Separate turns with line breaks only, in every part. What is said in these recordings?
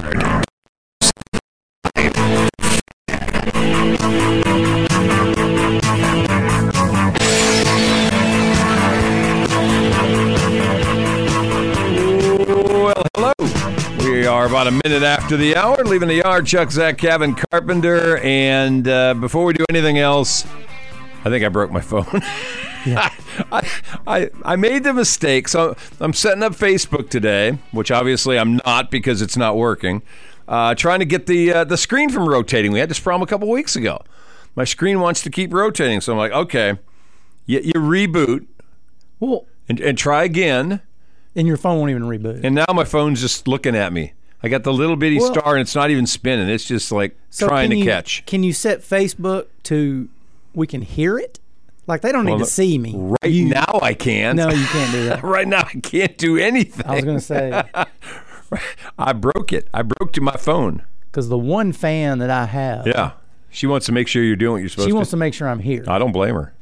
Lord.
Well, hello. We are about a minute after the hour, leaving the yard. Chuck, Zach, Kevin, Carpenter, and uh, before we do anything else, I think I broke my phone. I, I I made the mistake. So I'm setting up Facebook today, which obviously I'm not because it's not working. Uh, trying to get the uh, the screen from rotating. We had this problem a couple weeks ago. My screen wants to keep rotating, so I'm like, okay, you, you reboot
Well,
and, and try again.
and your phone won't even reboot.
And now my phone's just looking at me. I got the little bitty
Well-
star, and it's not even spinning. It's just like
So
trying
can
to
you-
catch.
Can you set Facebook to we can hear it? Like they don't need
Well,
to see me.
Right
You-
now, I can't.
No, you can't do that.
right now, I can't do anything.
I was going to say
I broke it. I broke to my phone.
because the one fan that I have,
Yeah, she wants to make sure you're doing what you're supposed
she
to.
wants to make sure I'm here.
I don't blame her.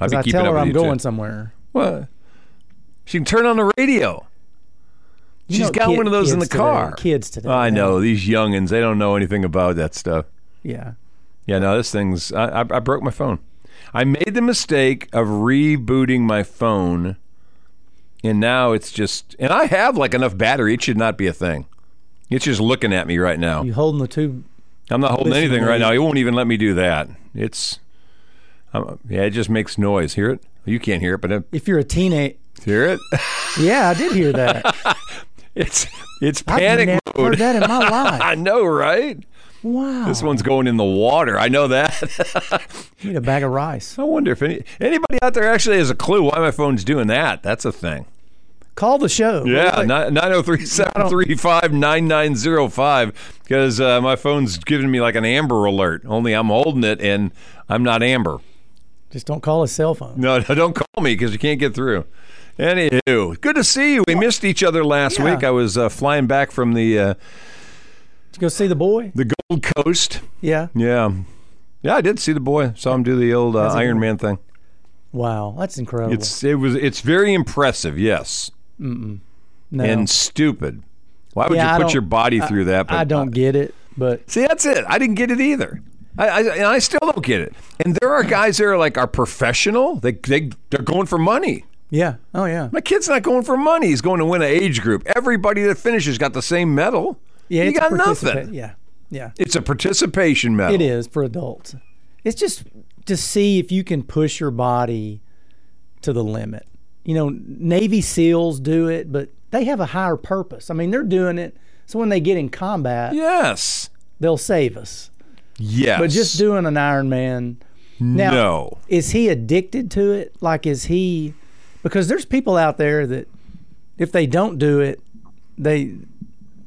I'd
Because
be
I
keeping
tell
up
her
with
I'm
you
going
Too.
somewhere.
Well, she can turn on the radio.
You
She's
know,
got
kid-
one of those in the
kids today-
car.
kids today.
I
man.
know these youngins. They don't know anything about that stuff.
Yeah.
Yeah, no, this thing's. I, I, I broke my phone. I made the mistake of rebooting my phone, and now it's just. And I have like enough battery; it should not be a thing. It's just looking at me right now.
You holding the two?
I'm not holding
listen to
anything
me.
right now. It won't even let me do that. It's. Um, yeah, it just makes noise. Hear it? You can't hear it, but it,
If you're a teenage,
hear it.
yeah, I did hear that.
it's it's
I've
panic
never
mode.
heard that in my life.
I know, right?
Wow.
This one's going in the water. I know that.
Need a bag of rice.
I wonder if any, anybody out there actually has a clue why my phone's doing that. That's a thing.
Call the show.
Yeah, nine zero three seven three five nine nine zero five. Because uh, my phone's giving me like an amber alert. Only I'm holding it, and I'm not amber.
Just don't call a cell phone.
No, no don't call me because you can't get through. Anywho, good to see you. We missed each other last
Yeah.
week. I was uh, flying back from the uh,
Did you go see the boy?
the Gold Coast.
Yeah.
Yeah, yeah, I did see the boy. Saw him do the old uh,
it
Iron Man thing.
Wow, that's incredible.
It's it was it's very impressive. Yes,
no.
and stupid. Why would
Yeah, I
you put
don't-
your body through that?
I don't get it, but
See, that's it. I didn't get it either. I, I and I still don't get it. And there are guys that are like are professional. They they they're going for money.
yeah. Oh yeah.
My kid's not going for money. He's going to win an age group. Everybody that finishes got the same medal.
Yeah,
you
it's a
got
participa-
nothing.
Yeah. Yeah.
It's a participation medal.
It is for adults. It's just to see if you can push your body to the limit. You know, Navy SEALs do it, but they have a higher purpose. I mean, they're doing it so when they get in combat,
Yes.
they'll save us.
Yes.
But just doing an Ironman. Now,
no.
is he addicted to it? Like, is he? Because there's people out there that if they don't do it, they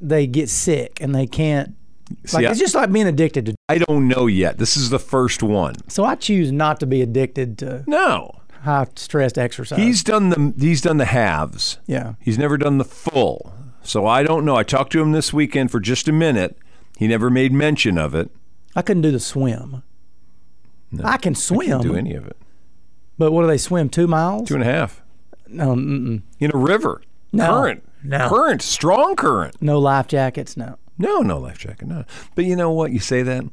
they get sick and they can't. Like
See, I-
it's just like being addicted to.
I don't know yet. This is the first one.
So I choose not to be addicted to
No.
high stressed exercise.
He's done the he's done the halves.
yeah,
He's never done the full. So I don't know. I talked to him this weekend for just a minute. He never made mention of it.
I couldn't do the swim. I can swim,
Do any of it.
but what do they swim? Two miles?
Two and a half.
no, mm-mm.
In a river.
No.
Current.
No.
Current. Strong current.
no life jackets. No.
No, no life jacket. No. But you know what? You say that.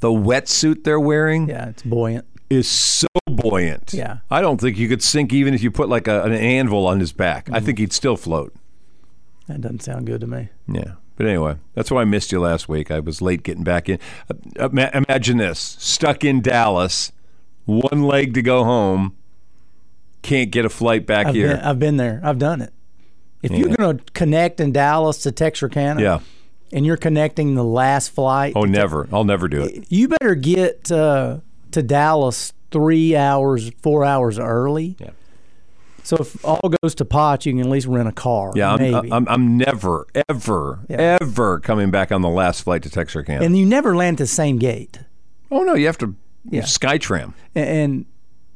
The wetsuit they're wearing
Yeah, it's buoyant.
is so buoyant.
Yeah.
I don't think you could sink even if you put like a, an anvil on his back.
Mm-hmm.
I think he'd still float.
That doesn't sound good to me.
Yeah. But anyway, that's why I missed you last week. I was late getting back in. Uh, ima- Imagine this stuck in Dallas, one leg to go home, can't get a flight back
I've
here.
been, I've been there. I've done it. If you're going to connect in Dallas to Texarkana,
yeah.
and you're connecting the last flight,
Oh, never. I'll never do it.
you better get uh, to Dallas three hours, four hours early.
Yeah.
So if all goes to pot, you can at least rent a car.
Yeah, I'm,
maybe.
I'm, I'm never, ever,
Yeah.
ever coming back on the last flight to Texarkana.
and you never land at the same gate.
oh no, you have to Skytram,
A- And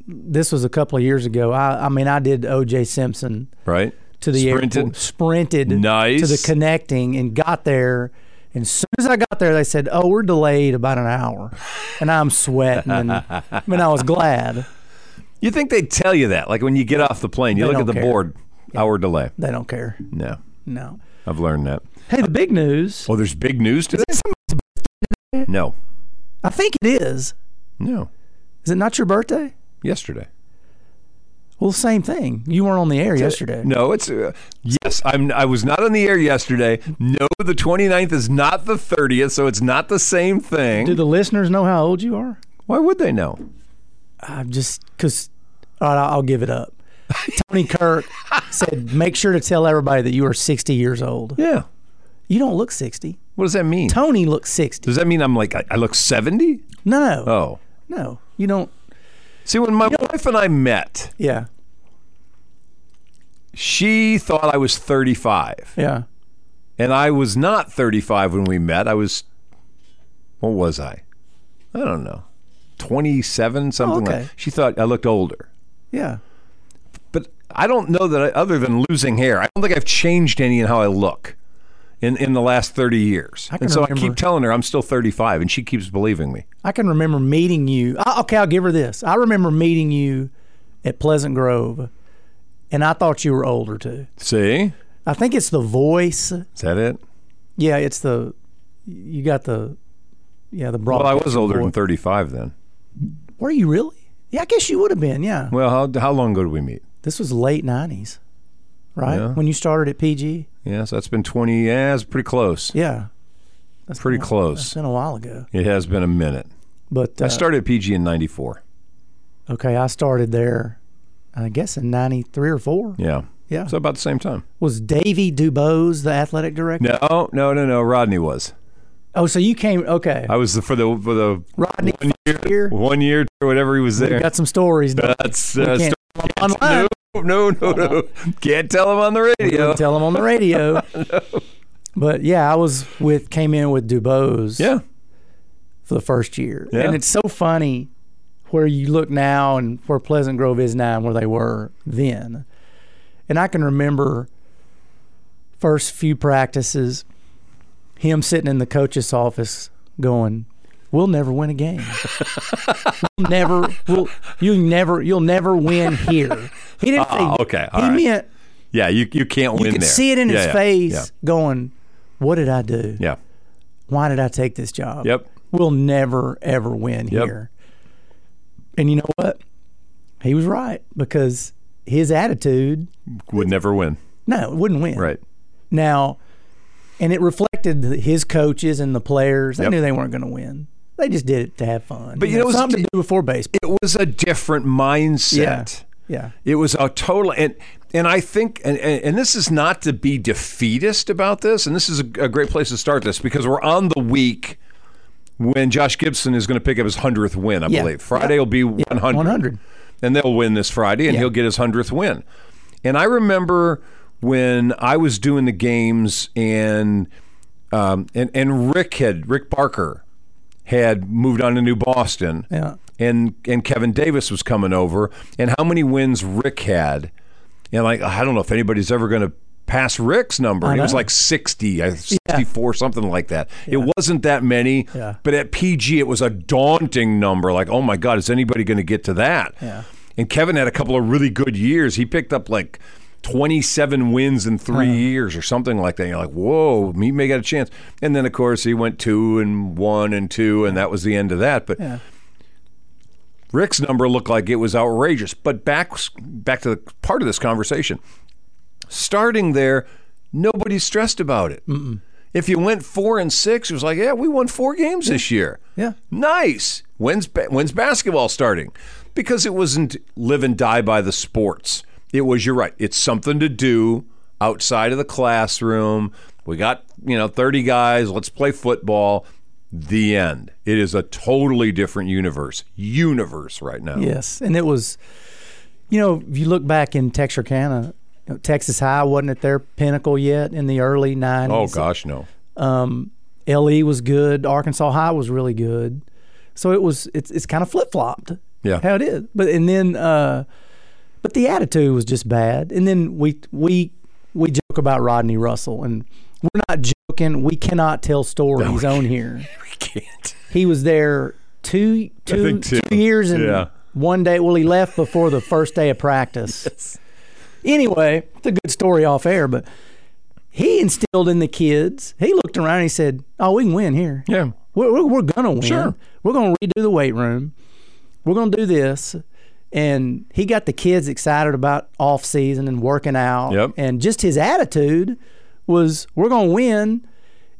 this was a couple of years ago. I, I mean, I did O.J. Simpson
right?
to the
Sprinted.
airport, sprinted
Nice.
to the connecting, and got there. And as soon as I got there, they said, "Oh, we're delayed about an hour," and I'm sweating. And I mean, I was glad
You think they tell you that? Like when you get off the plane, you
They
look at the
don't care.
board, hour delay.
they don't care.
No,
No,
I've learned that.
Hey, the big news.
Oh, there's big news today? No.
I think it is.
No.
Is it not your birthday?
Yesterday.
Well, same thing. You weren't on the air yesterday.
No, it's uh, yes. I'm. I was not on the air yesterday. No, the 29th is not the 30th, so it's not the same
Do
thing.
the listeners know how old you are?
Why would they know?
I'm just because. All right, I'll give it up. Tony Kirk said, "Make sure to tell everybody that you are 60 years old.
Yeah.
You don't look 60.
What does that mean?
Tony looks 60.
Does that mean I'm like I, I look 70?
No,
Oh.
no, you don't.
See, when my wife and I met,
Yeah,
she thought I was 35,
yeah.
and I was not 35 when we met. I was, what was I? I don't know, 27, something
okay.
like. She thought I looked older,
Yeah.
but I don't know that I, other than losing hair, I don't think I've changed any in how I look. In, in the last 30 years.
I can
and so I
remember-
keep telling her I'm still 35, and she keeps believing me.
I can remember meeting you. I, okay, I'll give her this. I remember meeting you at Pleasant Grove, and I thought you were older too.
See?
I think it's the voice.
Is that it?
Yeah, it's the. You got the. Yeah, the broad.
Well, I was older than 35 then.
Were you really? Yeah, I guess you would have been. Yeah,
Well, how, how long ago did we meet?
this was late '90s, right?
Yeah.
When you started at PG.
Yeah, so that's been 20. Yeah, it's pretty close.
Yeah, that's
Pretty
been a- It's
close.
been a while ago,
It has been a minute.
but uh,
I started at PG in 94.
okay, I started there. I guess in '93 or four.
Yeah.
Yeah.
So about the same time.
Was Davey Dubose the athletic director?
No, no, no, no. Rodney was.
Oh, so you came? Okay,
I was the, for the for the
Rodney
one year,
here.
one year or whatever he was
We
there.
got some stories. don't
That's
we?
uh,
can't
sto-
tell 'em online.
no, no, no, no. Can't tell him on the
We
radio.
wouldn't tell them on the radio. But yeah, I was with came in with Dubose.
Yeah.
for the first year.
Yeah.
And it's so funny where you look now and where Pleasant Grove is now and where they were then. And I can remember first few practices, him sitting in the coach's office going, We'll never win a game. we'll never we'll you'll never you'll never win here. He didn't
Ah,
say
okay, all
he
right.
meant
Yeah, you you can't
you
win
could
there.
see it in
Yeah,
his
yeah,
face going, What did I do?
Yeah.
Why did I take this job?
yeah. Yep.
we'll never ever win
Yep.
here. And you know what? He was right because his attitude,
Would never win.
no, it wouldn't win.
Right.
Now, and it reflected th- his coaches and the players. They
Yep.
knew they weren't going to win. They just did it to have fun.
But you know what's
something to do before baseball.
It was a different mindset.
Yeah.
It was a total and and I think and, and, and this is not to be defeatist about this, and this is a, a great place to start this because we're on the week when Josh Gibson is going to pick up his hundredth win, I
Yeah.
believe. Friday will be one hundred.
100.
And they'll win this Friday and
Yeah.
he'll get his hundredth win. And I remember when I was doing the games and um, and, and Rick had Rick Barker had moved on to New Boston
Yeah.
and and Kevin Davis was coming over, and how many wins Rick had, and like I don't know if anybody's ever going to pass Rick's number.
I
He was
know.
like sixty, I- sixty-four, something like that. It wasn't that many,
Yeah.
but at PG it was a daunting number. Like, oh my God, is anybody going to get to that?
Yeah.
And Kevin had a couple of really good years. He picked up like. 27 wins in three years or something like that. You're like, whoa, he may get a chance. And then, of course, he went two and one and two, and that was the end of that. But
Yeah.
Rick's number looked like it was outrageous. But back back to the part of this conversation, starting there, nobody's stressed about it. If you went four and six, it was like, yeah, we won four games this year.
Yeah.
nice. When's ba- when's basketball starting? Because it wasn't live and die by the sports. It was you're right. It's something to do outside of the classroom. We got you know thirty guys. Let's play football. The end. It is a totally different universe. Universe right now.
Yes, and it was, you know, if you look back in Texarkana, you know, Texas High wasn't at their pinnacle yet in the early '90s.
Oh gosh, no.
Um, LE was good. Arkansas High was really good. So it was. It's it's kind of flip flopped.
Yeah.
how it is. But and then, uh, but the attitude was just bad. And then we we we joke about Rodney Russell, and we're not joking. We cannot tell stories on here.
We can't.
He was there two two
think two.
two years and
Yeah.
one day. Well, he left before the first day of practice. Anyway, it's a good story off air, but he instilled in the kids. He looked around and he said, "Oh, we can win here.
Yeah.
We're we're, we're gonna win.
Sure.
We're gonna redo the weight room. We're gonna do this." And he got the kids excited about off season and working out.
Yep.
And just his attitude was, "We're gonna win."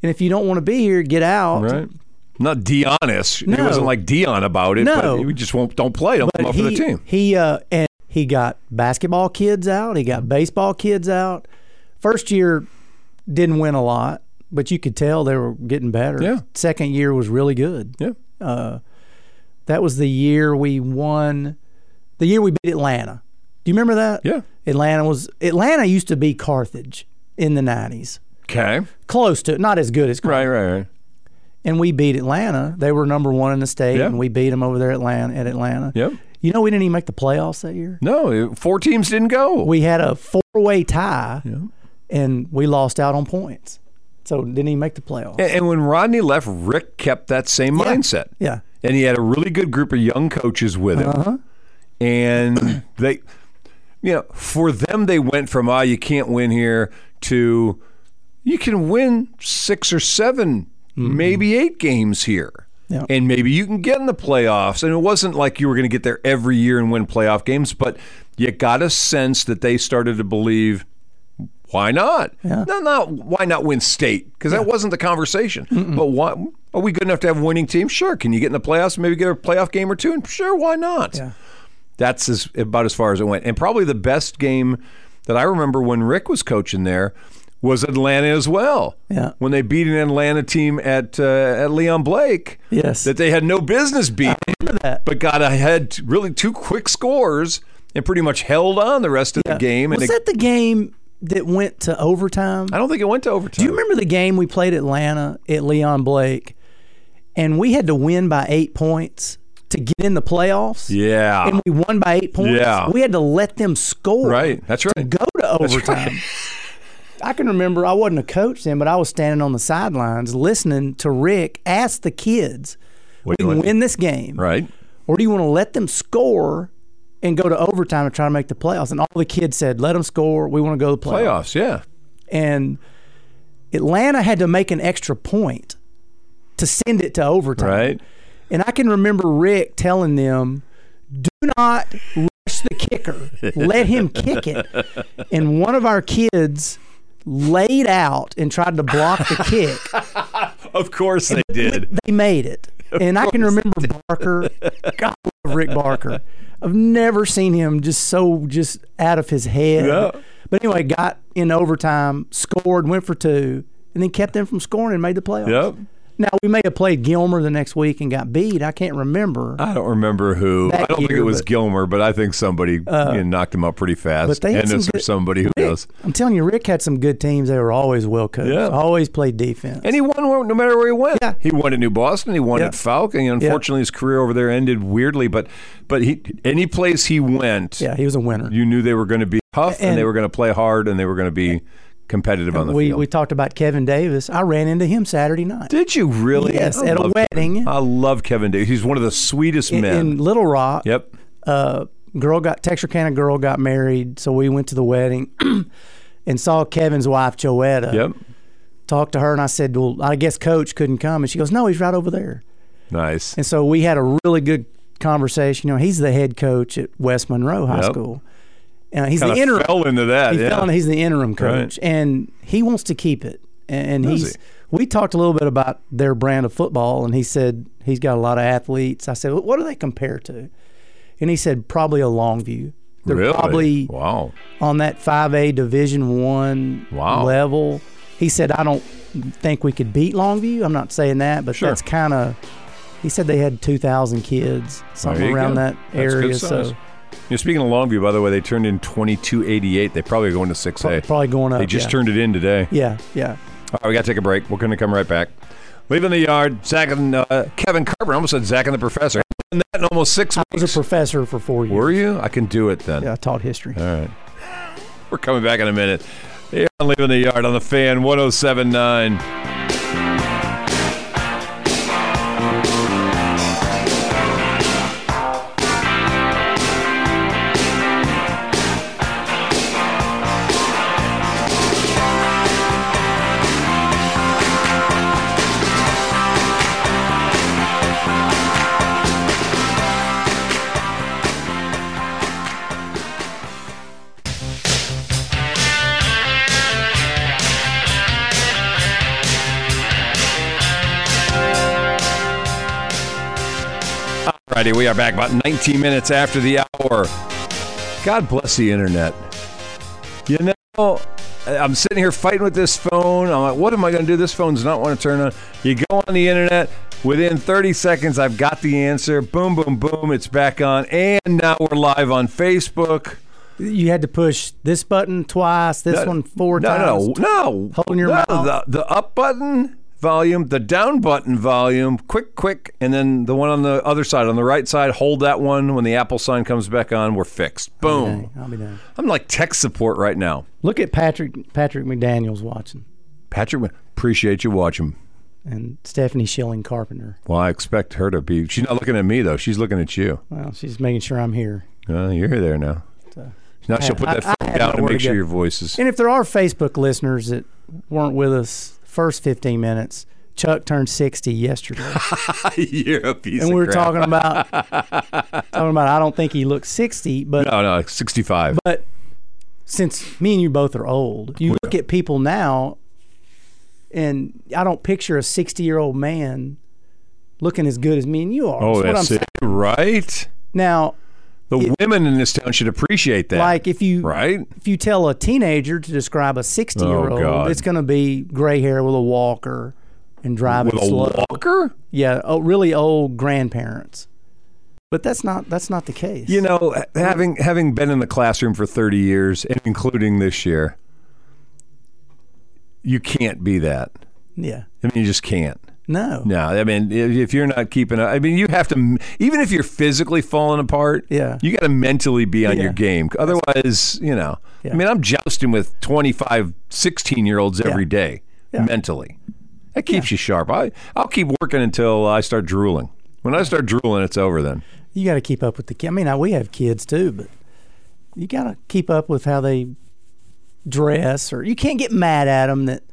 And if you don't want to be here, get out.
Right. Not Dionis. He
No.
wasn't like Dion about it.
No.
But we just won't. Don't play. Don't come
But
up
he,
for the team.
He uh, and he got basketball kids out. He got baseball kids out. First year didn't win a lot, but you could tell they were getting better.
Yeah.
Second year was really good.
Yeah.
That was the year we won. The year we beat Atlanta. Do you remember that?
Yeah.
Atlanta was Atlanta used to be Carthage in the nineties.
Okay.
Close to not as good as
Right.
Carthage.
Right. Right.
and we beat Atlanta. They were number one in the state,
Yeah.
and we beat them over there at Atlanta. At Atlanta.
Yep.
You know we didn't even make the playoffs that year.
No. it- Four teams didn't go.
we had a four way tie and we lost out on points. So didn't even make the playoffs.
and, and when Rodney left, Rick kept that same
Yeah.
mindset.
Yeah. Uh-huh.
and he had a really good group of young coaches with him. And they, you know, for them, they went from, ah, you can't win here to you can win six or 7 maybe eight games here.
Mm-hmm. Yeah.
And maybe you can get in the playoffs. And it wasn't like you were going to get there every year and win playoff games, but you got a sense that they started to believe why not? No, not why not win state? Because that wasn't the conversation. But why are we good enough to have a winning team? Sure. Can you get in the playoffs? Maybe get a playoff game or two. And sure, why not?
Yeah.
That's as, about as far as it went. And probably the best game that I remember when Rick was coaching there was Atlanta as well.
Yeah.
When they beat an Atlanta team at uh, at Leon Blake.
Yes.
That they had no business beating,
that.
but got ahead t- really two quick scores and pretty much held on the rest of the game. And
was
they-
that the game that went to overtime?
I don't think it went to overtime.
Do you remember the game we played Atlanta at Leon Blake and we had to win by eight points to get in the playoffs?
Yeah.
And we won by eight points.
Yeah.
We had to let them score.
Right. That's right.
go to overtime. I can remember I wasn't a coach then, but I was standing on the sidelines listening to Rick ask the kids,
What do
"We
you
can
want-
win this game,
Right.
or do you want to let them score and go to overtime and try to make the playoffs?" And all the kids said, "Let them score. We want to go to the
Playoffs.
playoffs."
Yeah.
And Atlanta had to make an extra point to send it to overtime.
Right.
And I can remember Rick telling them, do not rush the kicker. Let him kick it. And one of our kids laid out and tried to block the kick.
Of course they did.
They made it. And I can remember Barker. God, I love Rick Barker. I've never seen him just so just out of his head.
Yeah.
But anyway, got in overtime, scored, went for two, and then kept them from scoring and made the playoffs.
Yep.
Now we may have played Gilmer the next week and got beat. I can't remember.
I don't remember who.
That
I don't think
year,
it was
but- Uh,
Gilmer, but I think somebody you know, knocked him up pretty fast.
but they had
and
some
it's
good-
somebody who knows.
I'm telling you, Rick had some good teams. They were always well coached.
Yeah.
Always played defense.
And he won where- no matter where he went.
Yeah.
He won at New Boston. He won
Yeah.
at Falcon. Unfortunately, his career over there ended weirdly. But but he any place he went,
yeah, he was a winner.
you knew they were going to be tough and,
And-
they were going to play hard and they were going to be competitive on the
We
field.
we talked about Kevin Davis. I ran into him Saturday night
Did you really?
Yes, at a
love Kevin.
wedding.
I love Kevin Davis. He's one of the sweetest
in,
men.
in Little Rock.
yep.
Uh, girl got Texarkana girl got married, so we went to the wedding and saw Kevin's wife Joetta.
Yep.
Talked to her and I said, "Well, I guess Coach couldn't come," and she goes, "No, he's right over there."
Nice.
And so we had a really good conversation. You know, he's the head coach at West Monroe High
Yep.
School. Uh, he's the
Kinda
interim.
fell into that.
He
yeah.
fell in- he's the interim
Right.
coach, and he wants to keep it. And and
Does
he's. We talked a little bit about their brand of football, and he said he's got a lot of athletes. I said, "What do they compare to?" And he said, "Probably a long view. They're
really?
probably
wow.
on that five A Division One
Wow.
level." He said, "I don't think we could beat Longview. I'm not saying that, but
Sure.
that's kind of." He said they had 2,000 kids,
There
something
you
around
go.
that
That's
area.
good
So
size. You're speaking of Longview, by the way. They turned in 2288. They probably go into 6A.
probably going up.
They just
uh, yeah.
turned it in today.
Yeah, yeah.
All right, we got to take a break. We're going to come right back. Leaving the yard, Zach and uh, Kevin Carpenter. I almost said Zach and the Professor. Haven't done that in almost six
I was a
weeks.
professor for four years.
Were you? I can do it then.
Yeah, I taught history.
All right. We're coming back in a minute. Here on Leaving the Yard on the Fan 1079. Friday. We are back about 19 minutes after the hour. God bless the internet. You know, I'm sitting here fighting with this phone. I'm like, what am I going to do? This phone's not want to turn on. You go on the internet. Within 30 seconds, I've got the answer. Boom, boom, boom. It's back on. And now we're live on Facebook.
You had to push this button twice, this
No,
one four
no,
times.
No, no,
Holding your
no,
mouth.
The, the up button volume, the down button volume, quick, quick, and then the one on the other side, on the right side, hold that one. When the Apple sign comes back on, we're fixed. Boom.
I'll be done.
I'm like tech support right now.
Look at Patrick Patrick McDaniel's watching
Patrick, appreciate you watching.
and Stephanie Schilling Carpenter.
Well, I expect her to be. She's not looking at me though. She's looking at you.
Well, she's making sure I'm here.
Uh, you're there now. Now she'll put
I-
that
I- I
phone
had
down
no
and
where to
make sure
go.
your voice is.
And if there are Facebook listeners that weren't with us first 15 minutes, Chuck turned 60 yesterday,
you're a piece
and we
of
were
crap.
talking about talking about I don't think he looks 60, but
No, no, 65.
but since me and you both are old, you look at people now, and I don't picture a 60 year old man looking as good as me and you are.
oh,
That's what I'm
that's
saying.
it, right?
Now,
The women in this town should appreciate that,
like if you
right?
if you tell a teenager to describe a 60 year
Oh, God.
old, it's going to be gray hair with a walker and driving
With a
slow.
walker?
yeah, oh, really old grandparents. But that's not that's not the case.
You know, ha- having having been in the classroom for 30 years, and including this year, you can't be that.
yeah.
I mean, you just can't.
No.
No, I mean, if if you're not keeping up, I mean, you have to, even if you're physically falling apart,
Yeah.
you got to mentally be on
Yeah.
your game. Otherwise, you know, I
Yeah.
mean, I'm jousting with 25, 16 year olds every day
Yeah.
mentally. That keeps you sharp. I, I'll keep working until I start drooling. When I start drooling, it's over then.
You got to keep up with the kids. I mean, I- we have kids too, but you got to keep up with how they dress or you can't get mad at them that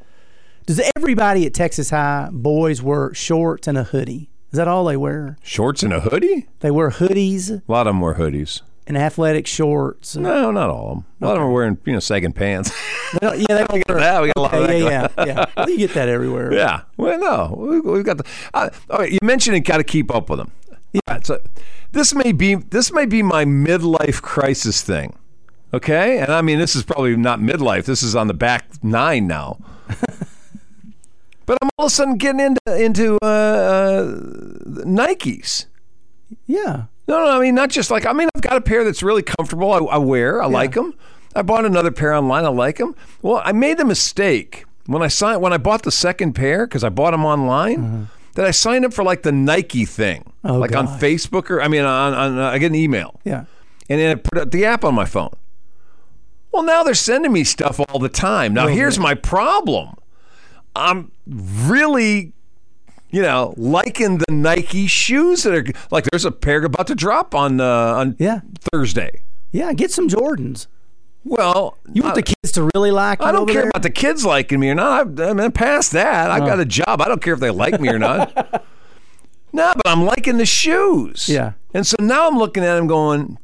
Does everybody at Texas High boys wear shorts and a hoodie? Is that all they wear?
Shorts and a hoodie?
They wear hoodies
A lot of them wear hoodies.
and athletic shorts. and-
No, not all of them. A lot of them are wearing, you know, sagging pants.
They don't- yeah, they don't wear
yeah, we got a lot of that
yeah,
going
yeah, yeah, yeah. Well, you get that everywhere.
Yeah. Well, no, we, we've got the. Uh, all right, you mentioned it. Got to keep up with them. Yeah. so this may be this may be my midlife crisis thing. Okay, and I mean this is probably not midlife. This is on the back nine now. but I'm all of a sudden getting into into uh, uh, Nikes.
Yeah.
No, no, I mean not just like I mean I've got a pair that's really comfortable. I, I wear, I like 'em. like them. I bought another pair online. I like them. Well, I made the mistake when I signed when I bought the second pair because I bought them online that I signed up for like the Nike thing,
Mm-hmm. Oh,
like on
gosh.
Facebook or I mean on, on uh, I get an email
Yeah.
and then I put up the app on my phone. Well, now they're sending me stuff all the time. Now, here's my problem I'm really, you know, liking the Nike shoes that are like there's a pair about to drop on, uh, on
Yeah.
Thursday.
Yeah. Get some Jordans.
Well,
You want the kids to really like you
I don't
over
care
there?
about the kids liking me or not. I, I mean, past that, I've got a job. I don't care if they like me or not. no, but I'm liking the shoes.
Yeah.
And so now I'm looking at them going,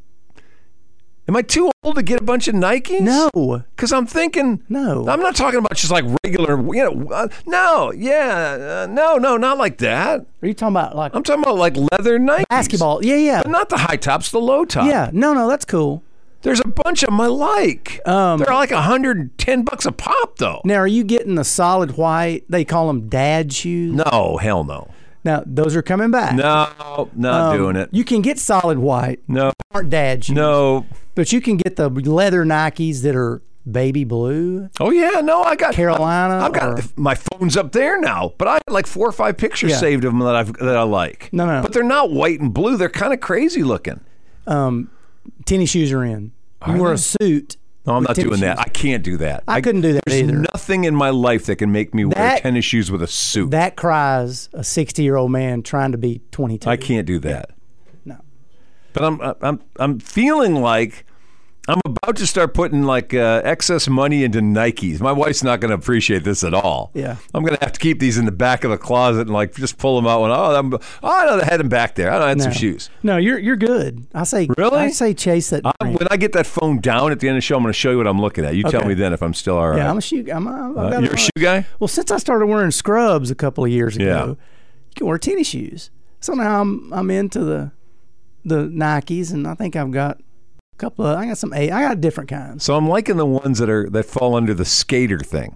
am I too old to get a bunch of Nikes?
No.
Because I'm thinking,
No.
I'm not talking about just like regular, you know, uh, no, yeah, uh, no, no, not like that.
Are you talking about like
I'm talking about like leather Nikes.
basketball? Yeah, yeah.
But not the high tops, the low top.
Yeah. No, no, that's cool.
There's a bunch of them I like.
Um,
They're like 110 bucks a pop, though.
Now, are you getting the solid white? They call them dad shoes.
No, hell no.
Now, those are coming back.
No, not
Um,
doing it.
You can get solid white,
no,
aren't dad shoes.
no.
But you can get the leather Nikes that are baby blue,
Oh yeah, no. I got
Carolina.
I've
or-
got my phone's up there now, but I had like four or five pictures
Yeah.
saved of them that I've that I like.
No, no, no.
But they're not white and blue. They're kind of crazy looking.
um, tennis shoes are in. You can wear a suit.
No, I'm
with
not
tennis
doing that.
shoes.
I can't do that.
I, couldn't do that
There's
either.
nothing in my life that can make me wear
That-
tennis shoes with a suit.
that cries a 60 year old man trying to be 22.
I can't do that.
No.
But I'm I'm I'm feeling like I'm about to start putting like uh, excess money into Nikes. My wife's not going to appreciate this at all.
Yeah.
I'm going to have to keep these in the back of the closet and like just pull them out when oh, I'm, oh I know they had them back there. I know I had some
No.
shoes.
No, you're you're good. I say
Really?
I say chase that.
I'm,
dream.
when I get that phone down at the end of the show, I'm going to show you what I'm looking at. You tell
Okay.
me then if I'm still all right.
yeah, I'm a shoe. I'm a, I've
Uh,
got
you're a
lot.
shoe guy.
Well, since I started wearing scrubs a couple of years ago,
Yeah.
you can wear tennis shoes. So now I'm I'm into the the Nikes, and I think I've got a couple of. I got some. A, I got different kinds.
So I'm liking the ones that are that fall under the skater thing.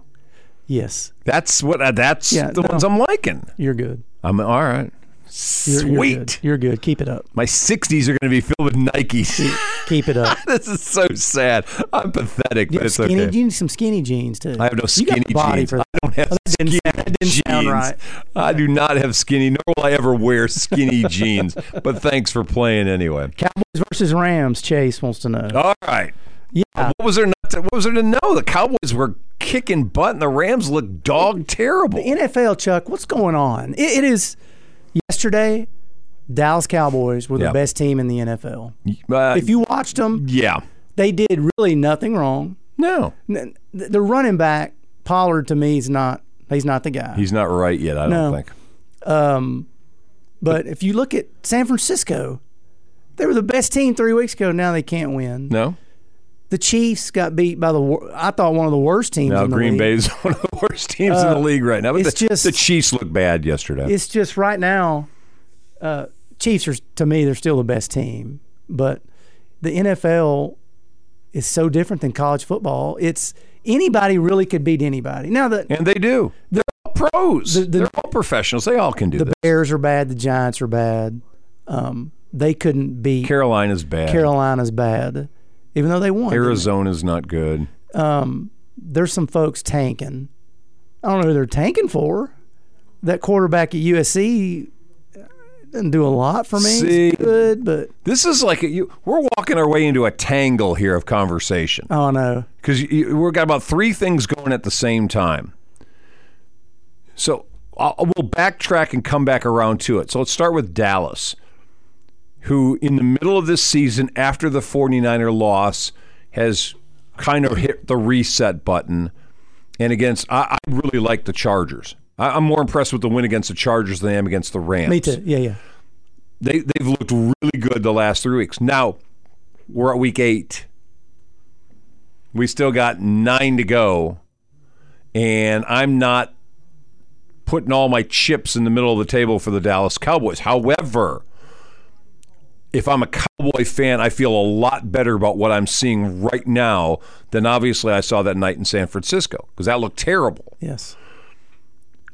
Yes,
That's what I, that's
Yeah,
the
no.
ones I'm liking.
you're good.
I'm all right.
You're,
Sweet.
You're good. You're good. Keep it up.
My 60s are going to be filled with Nikes.
Keep it up.
this is so sad. I'm pathetic, but it's
skinny
okay.
jeans, some skinny jeans too.
I have no skinny
you got the body
jeans.
For
I
that.
don't have
that didn't
skinny
sound- that didn't
jeans.
sound right.
I do not have skinny, nor will I ever wear skinny jeans. But thanks for playing anyway.
Cowboys versus Rams. Chase wants to know.
All right.
yeah,
What was there not to, what was there to know? The Cowboys were kicking butt and the Rams looked dog terrible.
the NFL, Chuck. What's going on? It, it is yesterday. Dallas Cowboys were the
Yeah.
best team in the NFL.
Uh,
If you watched them,
yeah.
they did really nothing wrong.
No.
N- th- The running back Pollard to me is not. He's not the guy.
He's not right yet, I don't
No.
think.
Um, but if you look at San Francisco, they were the best team three weeks ago. Now they can't win.
No?
The Chiefs got beat by the wor- I thought one of the worst teams.
No,
in the
Green
league. Uh,
Bay is one of the worst teams in the league right now. But
it's
the,
just-
the Chiefs looked bad yesterday.
It's just right now, uh, Chiefs are to me they're still the best team, but the NFL is so different than college football. It's anybody really could beat anybody. Now the
And they do. They're all pros.
the-
They're all professionals. They all can do
the
this.
Bears are bad, the Giants are bad. Um, they couldn't beat
Carolina's bad.
Carolina's bad, even though they won. didn't
Arizona's not good.
um, there's some folks tanking. I don't know who they're tanking for. That quarterback at USC didn't do a lot for me.
See.
He's good, but
This is like a, you, we're walking our way into a tangle here of conversation
oh no,
because we've got about three things going at the same time. So I'll, we'll backtrack and come back around to it. So let's start with Dallas, who in the middle of this season, after the 49er loss, has kind of hit the reset button. And against, I, I really like the Chargers. I, I'm more impressed with the win against the Chargers than I am against the Rams
me too. Yeah, yeah.
they they've looked really good the last three weeks. Now we're at week eight. We still got nine to go, and I'm not putting all my chips in the middle of the table for the Dallas Cowboys. However, if I'm a Cowboy fan, I feel a lot better about what I'm seeing right now than obviously I saw that night in San Francisco because that looked terrible.
Yes,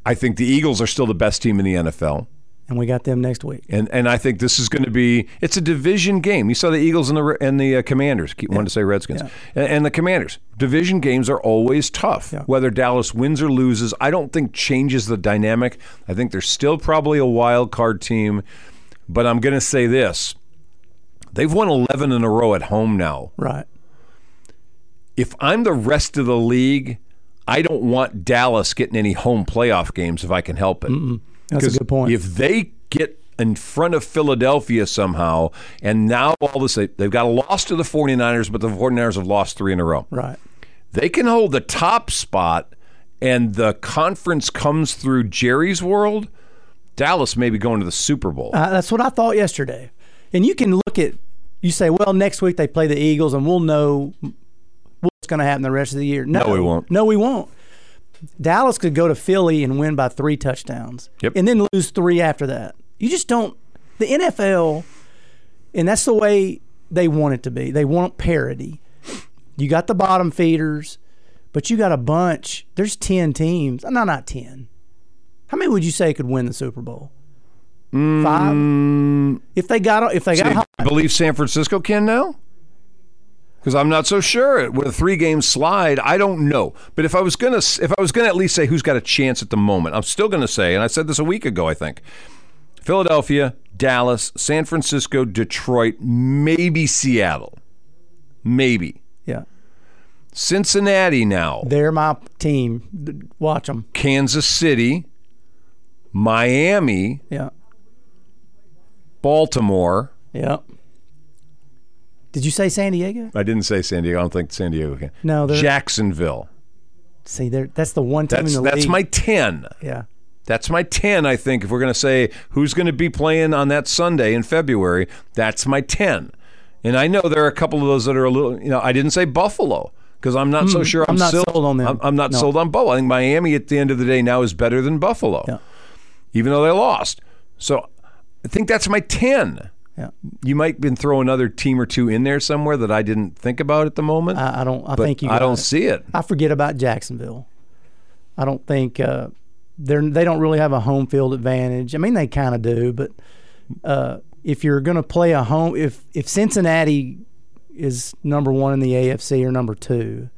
I think the Eagles are still the best team in the NFL.
and we got them next week.
And and I think this is going to be it's a division game. You saw the Eagles and the and the uh, Commanders. Keep wanting to say Redskins and, and the Commanders. Division games are always tough. Whether Dallas wins or loses, I don't think changes the dynamic. I think they're still probably a wild card team, but I'm going to say this: they've won 11 in a row at home now.
Right.
If I'm the rest of the league, I don't want Dallas getting any home playoff games if I can help it.
That's a good point.
If they get in front of Philadelphia somehow, and now all this, they- they've got a loss to the 49ers, but the 49ers have lost three in a row.
right.
They can hold the top spot, and the conference comes through Jerry's world. Dallas may be going to the Super Bowl.
Uh, that's what I thought yesterday. And you can look at. You say, well, next week they play the Eagles, and we'll know what's going to happen the rest of the year. No,
we won't.
No, we won't. Dallas could go to Philly and win by three touchdowns,
Yep.
and then lose three after that. You just don't. The NFL, and that's the way they want it to be. They want parity. You got the bottom feeders, but you got a bunch. There's ten teams. No, not ten. How many would you say could win the Super Bowl? Five.
Mm,
If they got if they
Do
got hot,
you believe San Francisco can now? Because I'm not so sure. With a three game slide, I don't know. But if I was gonna, if I was gonna at least say who's got a chance at the moment, I'm still gonna say, and I said this a week ago, I think, Philadelphia, Dallas, San Francisco, Detroit, maybe Seattle, maybe
yeah,
Cincinnati now,
they're my team. D- Watch them.
Kansas City, Miami,
Yeah,
Baltimore.
yeah. Did you say San Diego?
I didn't say San Diego. I don't think San Diego can.
No, they're-
Jacksonville.
See, there. That's the one team
That's
in the
that's
league.
my ten.
yeah.
That's my 10, I think, if we're going to say who's going to be playing on that Sunday in February. That's my 10. And I know there are a couple of those that are a little, you know, I didn't say Buffalo because I'm not so sure. I'm,
Hmm, I'm not
still-
sold on them.
I'm, I'm not
No.
sold on Buffalo. I think Miami at the end of the day now is better than Buffalo,
Yeah.
even though they lost. So I think that's my 10.
Yeah.
You might been throw another team or two in there somewhere that I didn't think about at the moment.
I, I don't. I
but
think Uh, you.
I
got
don't
it.
see it.
I forget about Jacksonville. I don't think uh, they're they don't really have a home field advantage. I mean, they kind of do, but uh, if you're going to play a home, if if Cincinnati is number one in the AFC or number two,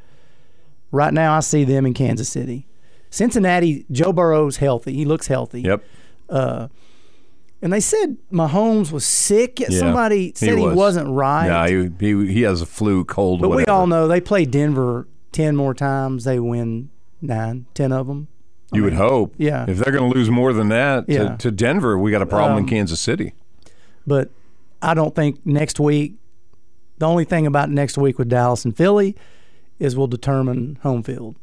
right now I see them in Kansas City. Cincinnati, Joe Burrow's healthy. He looks healthy.
Yep.
And they said Mahomes was sick. Yet
Yeah,
somebody said he,
was.
was. not right.
No, he, he he has a flu, cold,
But
whatever.
we all know they play Denver 10 more times. They win nine, 10 of them.
You would hope.
yeah.
If they're going to lose more than that
Yeah. Um,
to, to Denver, we got a problem in Kansas City.
But I don't think next week, the only thing about next week with Dallas and Philly is will determine home field,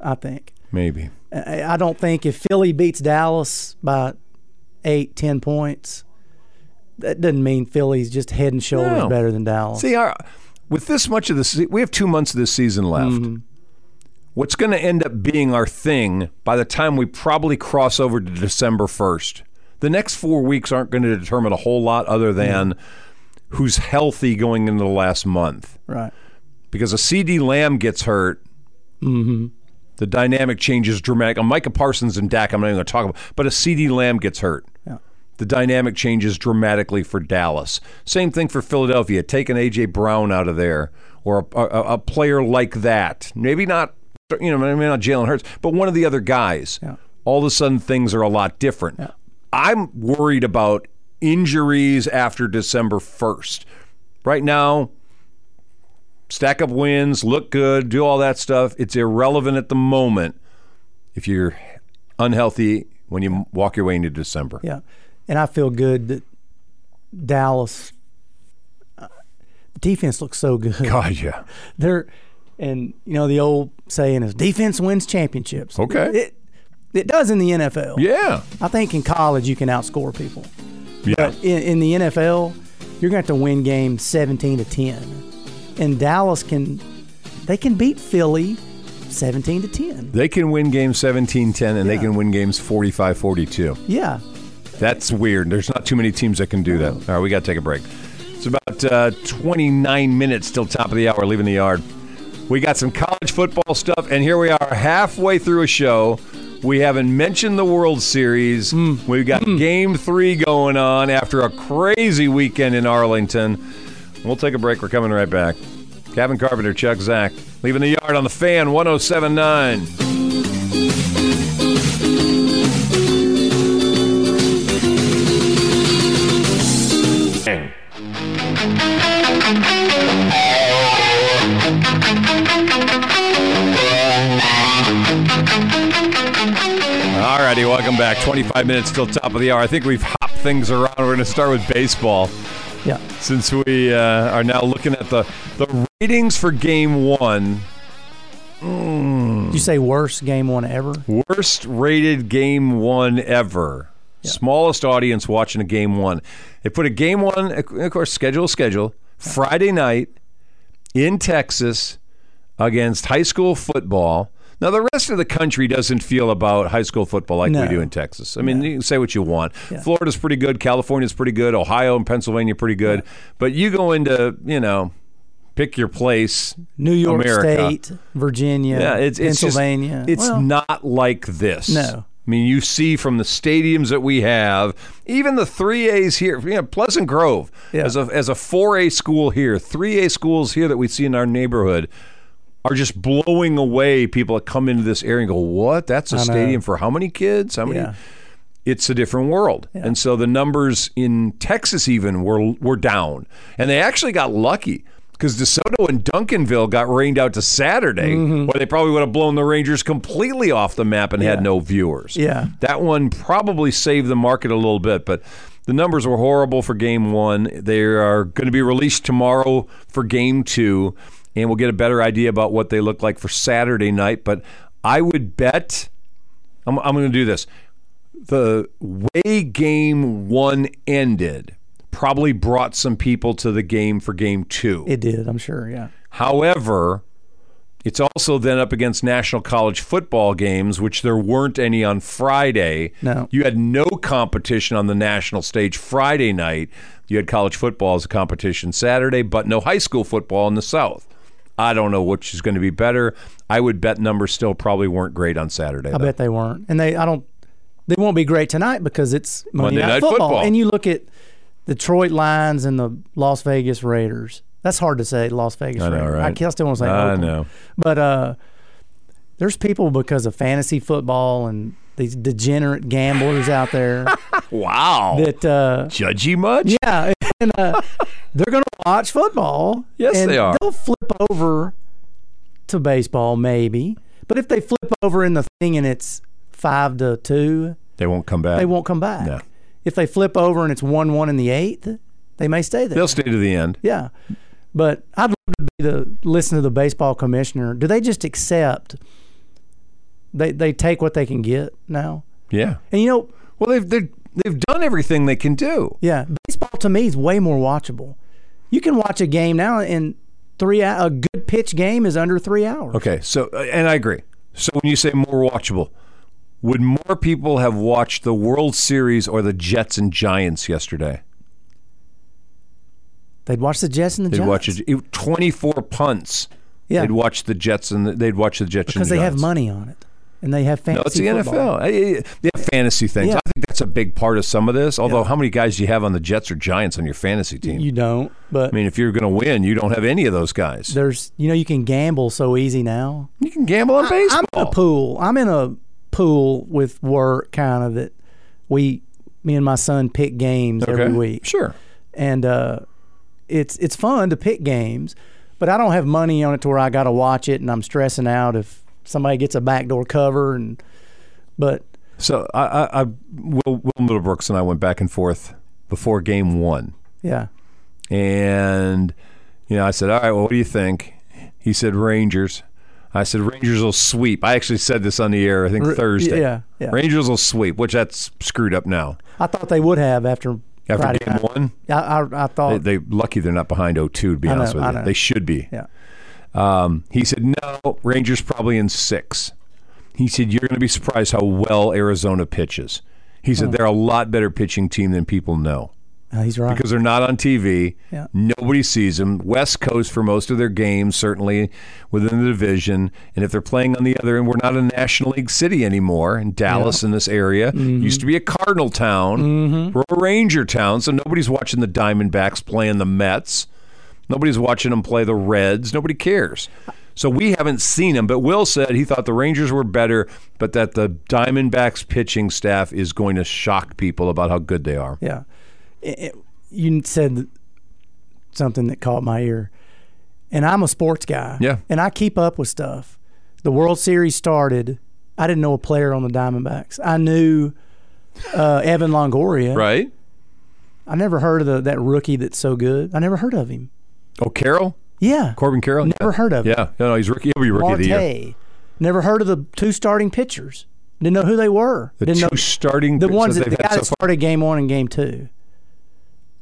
I think.
Maybe.
I I don't think if Philly beats Dallas by eight, 10 points, that doesn't mean Philly's just head and shoulders
No.
better than Dallas.
See, our, with this much of the se- we have two months of this season left.
Mm-hmm.
What's going to end up being our thing by the time we probably cross over to December first? The next four weeks aren't going to determine a whole lot other
Mm-hmm.
than who's healthy going into the last month.
right.
Because a CD Lamb gets hurt,
Mm-hmm.
the dynamic changes dramatically. Micah Parsons and Dak, I'm not even going to talk about, but a CD Lamb gets hurt.
Yeah.
The dynamic changes dramatically for Dallas. Same thing for Philadelphia. Take an AJ Brown out of there, or a, a, a player like that. Maybe not, you know, maybe not Jalen Hurts, but one of the other guys.
Yeah.
All of a sudden, things are a lot different. I'm worried about injuries after December 1st. Right now, stack up wins, look good, do all that stuff. It's irrelevant at the moment if you're unhealthy when you walk your way into December.
Yeah, and I feel good that Dallas uh, the defense looks so good.
God, yeah.
They're and you know the old saying is defense wins championships.
Okay.
It it does in the NFL.
Yeah.
I think in college you can outscore people.
Yeah.
In, in the NFL, you're going to have to win games 17 to 10. And Dallas can they can beat Philly 17 to 10.
They can win games 17 10, and they
Yeah.
can win games 45 42.
Yeah.
That's weird. There's not too many teams that can do that. All right, we got to take a break. It's about uh, 29 minutes till top of the hour, leaving the yard. We got some college football stuff, and here we are halfway through a show. We haven't mentioned the World Series. We've got game three going on after a crazy weekend in Arlington. We'll take a break. We're coming right back. Kevin Carpenter, Chuck Zach, leaving the yard on the fan 1079. Alrighty, welcome back. 25 minutes till top of the hour. I think we've hopped things around. We're going to start with baseball
Yeah.
since we uh, are now looking at the, the ratings for game one.
Did you say worst game one ever?
Worst rated game one ever. Smallest audience watching a game one. They put a game one, of course, schedule, schedule, Friday night in Texas against high school football. Now, the rest of the country doesn't feel about high school football like we
No.
do in Texas. I mean, you can say what you want. Florida's pretty good. California's pretty good. Ohio and Pennsylvania pretty good. But you go into, you know, pick your place.
New York
America.
State, Virginia,
Yeah, it's, it's just-
Pennsylvania.
it's
Well,
not like this.
No.
I mean, you see from the stadiums that we have, even the three A's here, you know, Pleasant Grove
Yeah.
as a as a four A school here, three A schools here that we see in our neighborhood are just blowing away people that come into this area and go, "What? That's a stadium for how many kids? How many?"
Yeah.
It's a different world, and so the numbers in Texas even were were down, and they actually got lucky because DeSoto and Duncanville got rained out to Saturday,
Mm-hmm.
where they probably would have blown the Rangers completely off the map and had no viewers.
Yeah.
That one probably saved the market a little bit, but the numbers were horrible for game one. They are going to be released tomorrow for game two, and we'll get a better idea about what they look like for Saturday night. But I would bet, I'm, I'm going to do this. The way game one ended probably brought some people to the game for game two.
it did. I'm sure. Yeah.
However, It's also then up against national college football games, which there weren't any on Friday.
No.
You had no competition on the national stage Friday night. You had college football as a competition Saturday, but no high school football in the South. I don't know which is going to be better. I would bet numbers still probably weren't great on Saturday.
I bet they weren't, and they I don't they won't be great tonight because it's
Monday
Monday, night,
Night
football.
Football.
And you look at the Detroit Lions and the Las Vegas Raiders. That's hard to say, Las Vegas
I know,
Raiders.
right?
I still want to say
I
Oakland.
know.
But uh, there's people because of fantasy football and these degenerate gamblers out there
Wow.
that uh,
Judgy much?
yeah, and uh, they're going to watch football.
Yes,
and
they are.
They'll flip over to baseball maybe, but if they flip over in the thing and it's five to two,
They won't come back.
they won't come back.
No.
If they flip over and it's one one in the eighth, they may stay there.
They'll stay to the end.
yeah, but I'd love to be the listen to the baseball commissioner. Do they just accept? They they take what they can get now,
Yeah.
and you know,
Well, they've they've they've done everything they can do.
yeah, baseball to me is way more watchable. You can watch a game now in three. hou- A good pitch game is under three hours.
Okay, so uh, and I agree. So when you say more watchable, would more people have watched the World Series or the Jets and Giants yesterday?
They'd watch the Jets and the
They'd
Giants
watch it, it- twenty-four punts.
Yeah.
they'd watch the Jets and the, they'd watch the Jets and
because they
the
have
Giants.
money on it, and they have fantasy.
No, it's the
football.
NFL. I- I- They have fantasy things.
Yeah.
I think that's a big part of some of this. Although, how many guys do you have on the Jets or Giants on your fantasy team?
You don't, but
I mean, if you're going to win, you don't have any of those guys.
there's you know you can gamble so easy now.
You can gamble on baseball.
I'm in a pool. I'm in a pool with work kind of that we me and my son pick games every week.
Sure.
And uh it's it's fun to pick games, but I don't have money on it to where I gotta watch it and I'm stressing out if somebody gets a backdoor cover and but
So I, I, I Will, Will Middlebrooks and I went back and forth before game one,
yeah.
and you know I said, "All right, well, what do you think?" He said, "Rangers." I said, "Rangers will sweep." I actually said this on the air. I think Thursday.
yeah, yeah.
Rangers will sweep, which that's screwed up now
I thought they would have after,
after
Friday
game
night.
one.
I, I I
They,
thought
they lucky they're not behind 0-2, To be
know,
honest
I
with you,
know.
they should be.
yeah.
Um, he said, no, Rangers probably in six. He said, you're going to be surprised how well Arizona pitches. He
Hmm.
said, they're a lot better pitching team than people know
No, oh, he's right.
because they're not on TV.
Yeah.
Nobody sees them. West Coast for most of their games, certainly within the division. And if they're playing on the other end, we're not a National League city anymore. In Dallas, in this area, used to be a Cardinal town. We're a Ranger town, so nobody's watching the Diamondbacks playing the Mets. Nobody's watching them play the Reds. Nobody cares. So we haven't seen them. But Will said he thought the Rangers were better, but that the Diamondbacks pitching staff is going to shock people about how good they are.
Yeah. It- it- you said something that caught my ear. And I'm a sports guy.
Yeah.
And I keep up with stuff. The World Series started. I didn't know a player on the Diamondbacks. I knew uh, Evan Longoria.
Right?
I never heard of the, that rookie that's so good. I never heard of him.
Oh, Carroll?
Yeah.
Corbin Carroll?
Never
yeah.
heard of him.
Yeah, no, no, he's rookie. He'll be rookie of the year.
Marte. Never heard of the two starting pitchers. Didn't know who they were.
The
Didn't
two
know
starting
the
pitchers
ones that
they've
the guy
had
that
so
started game one and game two.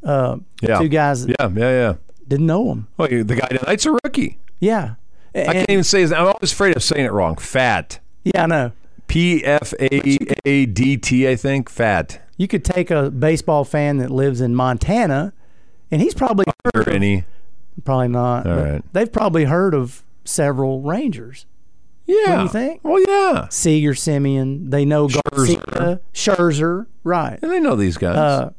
Uh,
far. Yeah.
Two guys that
Yeah, yeah, yeah.
didn't know them.
Well, you- the guy tonight's a rookie.
Yeah. A-
I can't
and-
even say his. I'm always afraid of saying it wrong. Fat.
yeah, I know.
P F A A D T. I think fat.
You could take a baseball fan that lives in Montana, and he's probably
Or any.
probably not. but
right.
They've probably heard of several Rangers.
Yeah.
you think?
Well, yeah.
Seager, Simeon, they know
Scherzer.
Garcia, Scherzer, right?
And they know these guys.
Uh,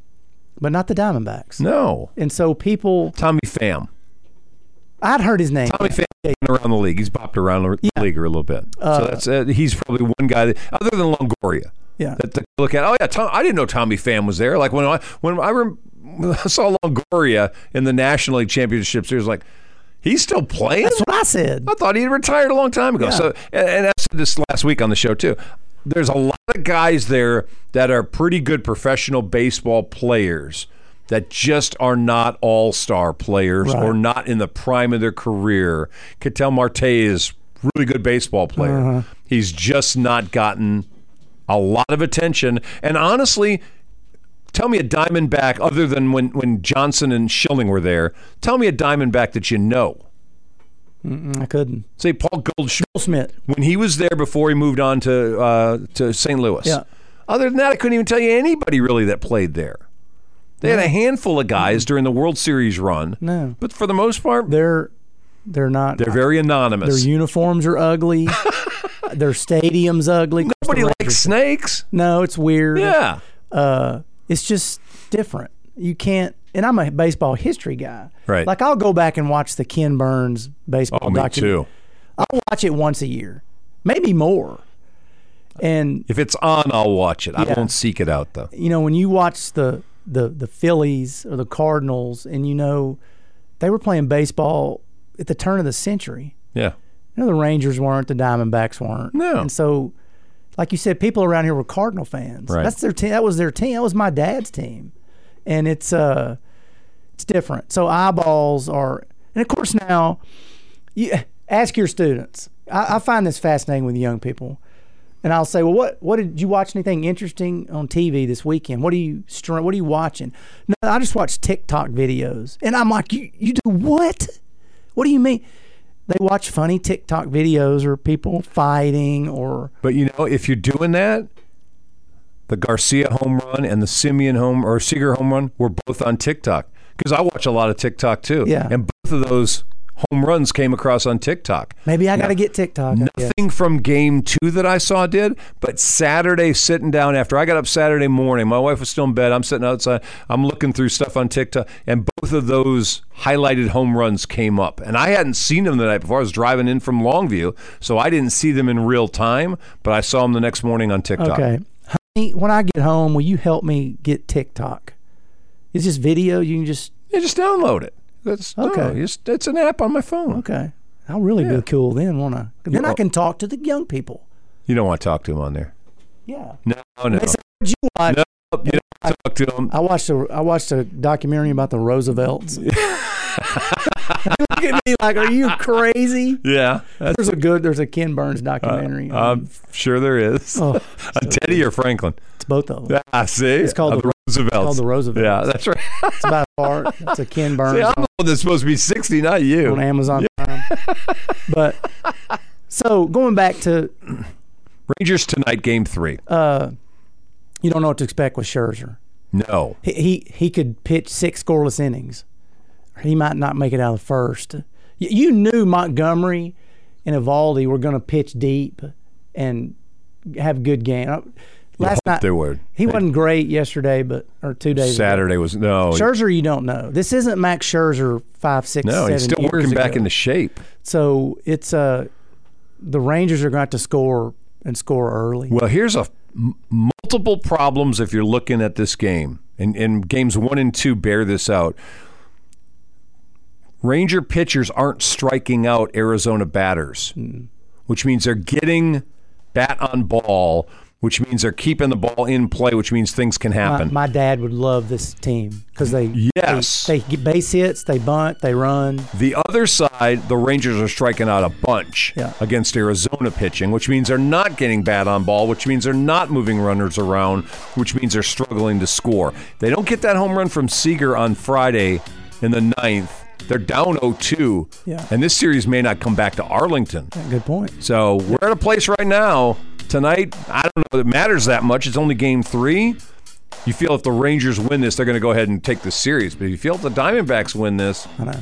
but not the Diamondbacks.
no.
And so people,
Tommy Pham.
I'd heard his name.
Tommy Pham has been around the league. He's bopped around the league a little bit. so that's uh, he's probably one guy that, other than Longoria.
Yeah,
that to look at. Oh yeah, Tom, I didn't know Tommy Pham was there. Like when I when I, rem, when I saw Longoria in the National League Championship Series, like he's still playing.
that's what I said.
I thought he would retired a long time ago. So and, and I said this last week on the show too. There's a lot of guys there that are pretty good professional baseball players that just are not all star players or not in the prime of their career. Cattell Marte is really good baseball player. He's just not gotten a lot of attention. And honestly, tell me a Diamondback other than when, when Johnson and Schilling were there. Tell me a Diamondback that you know.
Mm-mm, I couldn't.
Say Paul Goldschmidt
Smith.
when he was there before he moved on to uh, to St. Louis.
Yeah.
Other than that, I couldn't even tell you anybody really that played there. They had a handful of guys during the World Series run,
No,
but for the most part, they're,
they're they're not.
very
their
anonymous.
uniforms are ugly. their stadium's ugly. Of course,
Nobody
the
likes
Rangers-
snakes.
No, it's weird.
Yeah.
uh, it's just different. You can't. And I'm a baseball history guy.
Right.
Like I'll go back and watch the Ken Burns baseball
Oh, me
documentary.
too.
I'll watch it once a year, maybe more. And
If it's on, I'll watch it. I
Yeah.
won't seek it out though.
you know when you watch the the the Phillies or the Cardinals, and you know they were playing baseball at the turn of the century.
Yeah.
You know the Rangers weren't, the Diamondbacks weren't.
No.
And so, like you said, people around here were Cardinal fans.
Right.
That's their team. That was their team. That was my dad's team, and it's uh, it's different. So eyeballs are, and of course now, you ask your students. I, I find this fascinating with young people, and I'll say, well, what what did you watch anything interesting on TV this weekend? What are you str- What are you watching? No, I just watch TikTok videos, and I'm like, you you do what? What do you mean? They watch funny TikTok videos or people fighting or
But you know, if you're doing that, the Garcia home run and the Simeon home or Seager home run were both on TikTok because I watch a lot of TikTok too.
Yeah.
And both of those home runs came across on TikTok.
maybe I got to get TikTok. I guess.
Nothing from game two that I saw did, but Saturday sitting down after I got up Saturday morning, my wife was still in bed. I'm sitting outside, I'm looking through stuff on TikTok, and both of those highlighted home runs came up. And I hadn't seen them the night before. I was driving in from Longview, so I didn't see them in real time, but I saw them the next morning on TikTok.
Okay. Honey, when I get home, will you help me get TikTok? It's just video. You can just
Yeah, just download it. That's no,
Okay.
it's, it's an app on my phone.
okay. I'll really
Yeah.
be cool then, won't I? Then I
will.
can talk to the young people.
You don't want to talk to him on there.
Yeah.
No, no.
They say, "What'd you watch?"
No. You don't talk to him.
I watched a I watched a documentary about the Roosevelts. Look at me like, are you crazy?
Yeah. that's-
There's a good. There's a Ken
Uh,
Burns documentary.
I'm sure there is.
um, oh,
Uh, Teddy or Franklin?
it's both of them.
Ah, see?
It's called
Uh,
the-
Roosevelts.
called the Roosevelt.
yeah, that's right.
It's by far. It's a Ken Burns.
See, I'm the one that's supposed to be 60, not you.
on Amazon Prime. but so going back to
Rangers tonight, game three.
uh, you don't know what to expect with Scherzer.
No.
He, he he could pitch six scoreless innings. He might not make it out of the first. Y- You knew Montgomery and Evaldi were going to pitch deep and have good game. Uh, Last
Hope
night
they were.
he wasn't great yesterday, but or two days ago.
Saturday was no.
Scherzer, you don't know. This isn't Max Scherzer five, six,
no, he's
seven
still
years
working back
ago.
into shape.
So it's uh the Rangers are going to have to score and score early.
Well, here's a m- multiple problems if you're looking at this game, and, and games one and two bear this out. Ranger pitchers aren't striking out Arizona batters,
Hmm.
which means they're getting bat on ball, which means they're keeping the ball in play, which means things can
my,
happen.
my dad would love this team because they
Yes.
they, they get base hits, they bunt, they run.
The other side, the Rangers are striking out a bunch
Yeah.
against Arizona pitching, which means they're not getting bat on ball, which means they're not moving runners around, which means they're struggling to score. They don't get that home run from Seager on Friday in the ninth. They're down 0 2,
Yeah.
and this series may not come back to Arlington.
Good point.
So we're at a place right now. Tonight, I don't know that it matters that much. It's only game three. You feel if the Rangers win this, they're going to go ahead and take the series. But if you feel if the Diamondbacks win this,
I know.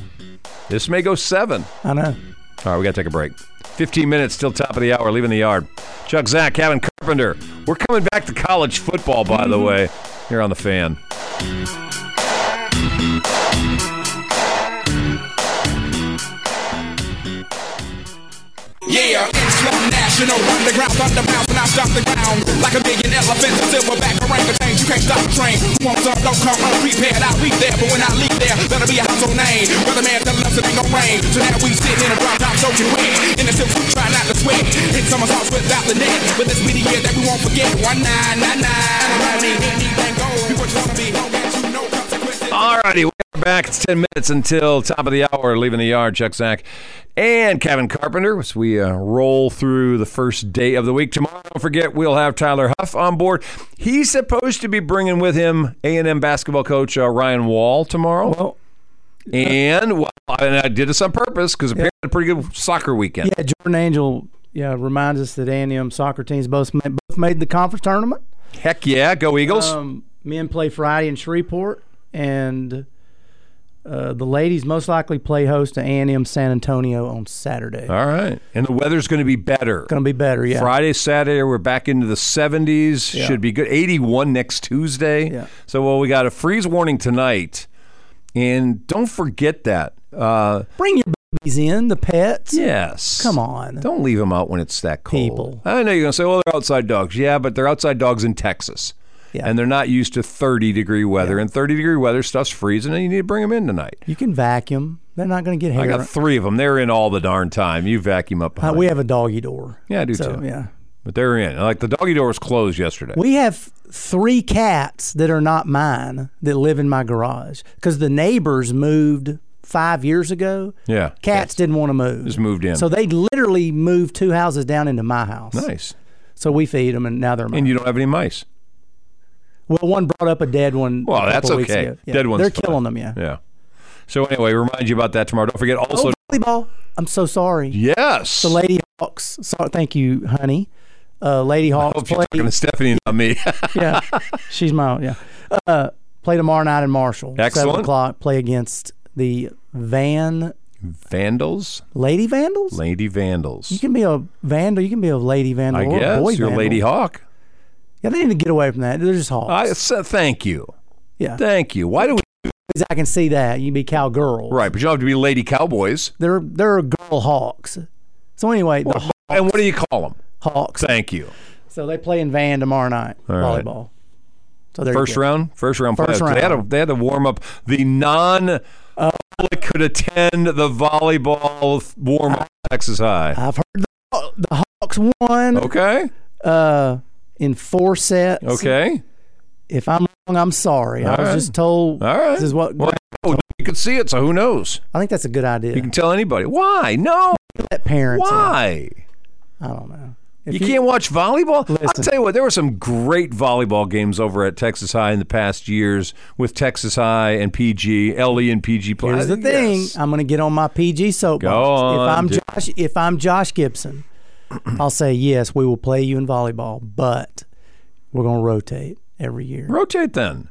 this may go seven.
I know.
All right, we got to take a break. 15 minutes till top of the hour, leaving the yard. Chuck Zach, Kevin Carpenter. We're coming back to college football, by the way, here on The Fan.
Yeah, it's my national underground thunderbound when I stop the ground like a million elephants, a silverback orangutan. You can't stop the train. Who wants up? Don't come unprepared. I'll be there, but when I leave there, that'll be a household name. Brother man telling us it ain't gonna rain. So now we sitting in a drop top soaking wet, in the silk suit, try not to sweat. Hit summer sauce without the net, but this be the year that we won't forget. One nine nine nine. Anything goes. Be what you wanna be. Don't get you no consequences.
All righty, we're back. It's 10 minutes until top of the hour, leaving the yard. Chuck Zach and Kevin Carpenter as we uh, roll through the first day of the week. Tomorrow, don't forget, we'll have Tyler Huff on board. He's supposed to be bringing with him A&M basketball coach uh, Ryan Wall tomorrow.
Well,
And well, and I did this on purpose because apparently I had a pretty good soccer weekend.
Yeah, Jordan Angel yeah, reminds us that A and M soccer teams both ma- both made the conference tournament.
Heck yeah, go Eagles!
Um, men play Friday in Shreveport, and uh, the ladies most likely play host to A and M San Antonio on Saturday.
All right, and the weather's going to be better.
Going to be better, yeah.
Friday, Saturday, we're back into the 70s.
Yeah.
Should be good. 81 next Tuesday.
Yeah.
So, well, we got a freeze warning tonight, and don't forget that. Uh,
Bring your babies in, the pets.
yes.
Come on.
Don't leave them out when it's that cold.
People.
I know you're going to say, well, they're outside dogs. Yeah, but they're outside dogs in Texas.
Yeah.
And they're not used to 30 degree weather. And 30 degree weather stuff's freezing, and you need to bring them in tonight.
You can vacuum. They're not going to get
I
hair.
got three of them. They're in all the darn time. You vacuum up
Uh,
behind.
we have a doggy door.
yeah, I do
So
too.
yeah,
But they're in. Like the doggy door was closed yesterday.
we have three cats that are not mine that live in my garage because the neighbors moved five years ago.
yeah.
Cats didn't want to move.
Just moved in.
So they literally moved two houses down into my house.
Nice.
So we feed them, and now they're mine.
And you don't have any mice.
well, one brought up a dead one.
Well,
a
that's
couple weeks
okay.
ago. Yeah.
Dead ones.
They're killing them. Yeah.
Yeah. So anyway, remind you about that tomorrow. Don't forget also.
Oh, volleyball. I'm so sorry.
yes.
The Lady Hawks. So, thank you, honey. Uh, Lady Hawks
Hope you're
play.
talking to Stephanie, not me.
yeah, she's my own. Yeah. Uh, play tomorrow night in Marshall.
Excellent.
Seven o'clock. Play against the Van
Vandals,
Lady Vandals.
Lady Vandals.
you can be a Vandal. You can be a Lady Vandal.
I
or a
guess
boy
you're
Vandal.
Lady Hawk.
Yeah, they need to get away from that. They're just Hawks.
I so, thank you,
yeah.
thank you. Why do we?
Because I can see that. You can be cowgirl.
Right, but you don't have to be Lady Cowboys.
They're they're girl hawks. So anyway, the Haw-
And what do you call them?
hawks.
Thank you.
So they play in Van tomorrow night
right.
volleyball. So there
First
you go.
round, first round.
First
playoffs. They had to,
round.
they had to warm up the non. public could attend the volleyball warm up at Texas High.
I've heard the, the Hawks won
Okay,
uh, in four sets.
Oh. okay,
If I'm wrong, I'm sorry. I
All
was
right.
just told
all right.
this is what
Well, no, you can see it, so who knows?
I think that's a good idea.
You can tell anybody. Why? No.
Let parents. in.
Why?
I don't know. uh, If
You can't watch volleyball? I'll
Listen.
tell you what, there were some great volleyball games over at Texas High in the past years with Texas High and PG, LE E and PG players.
Here's the thing. I'm going to get on my PG soapbox.
Go on,
if I'm
dude.
Josh, if I'm Josh Gibson, I'll say yes. We will play you in volleyball, but we're going to rotate every year
Rotate then.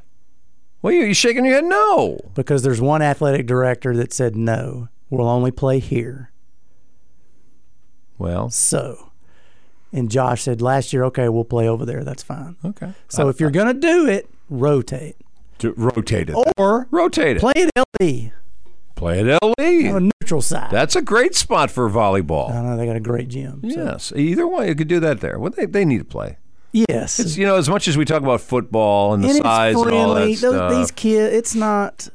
Well, you, you shaking your head? No.
because there's one athletic director that said no. We'll only play here.
Well,
So, and Josh said last year, okay, we'll play over there. That's fine.
okay.
So if you're going to do it, rotate
To rotate it.
or
Oh. rotate it.
play Oh, at LE
Play at LE.
on a neutral side.
That's a great spot for
I
volleyball.
know they got a great gym. Uh, so-
Yes. Either way, you could do that there. Well, they, they need to play.
Yes.
It's, you know, as much as we talk about football and the
and it's
size and all that
friendly. Those,
stuff,
These kids, it's not.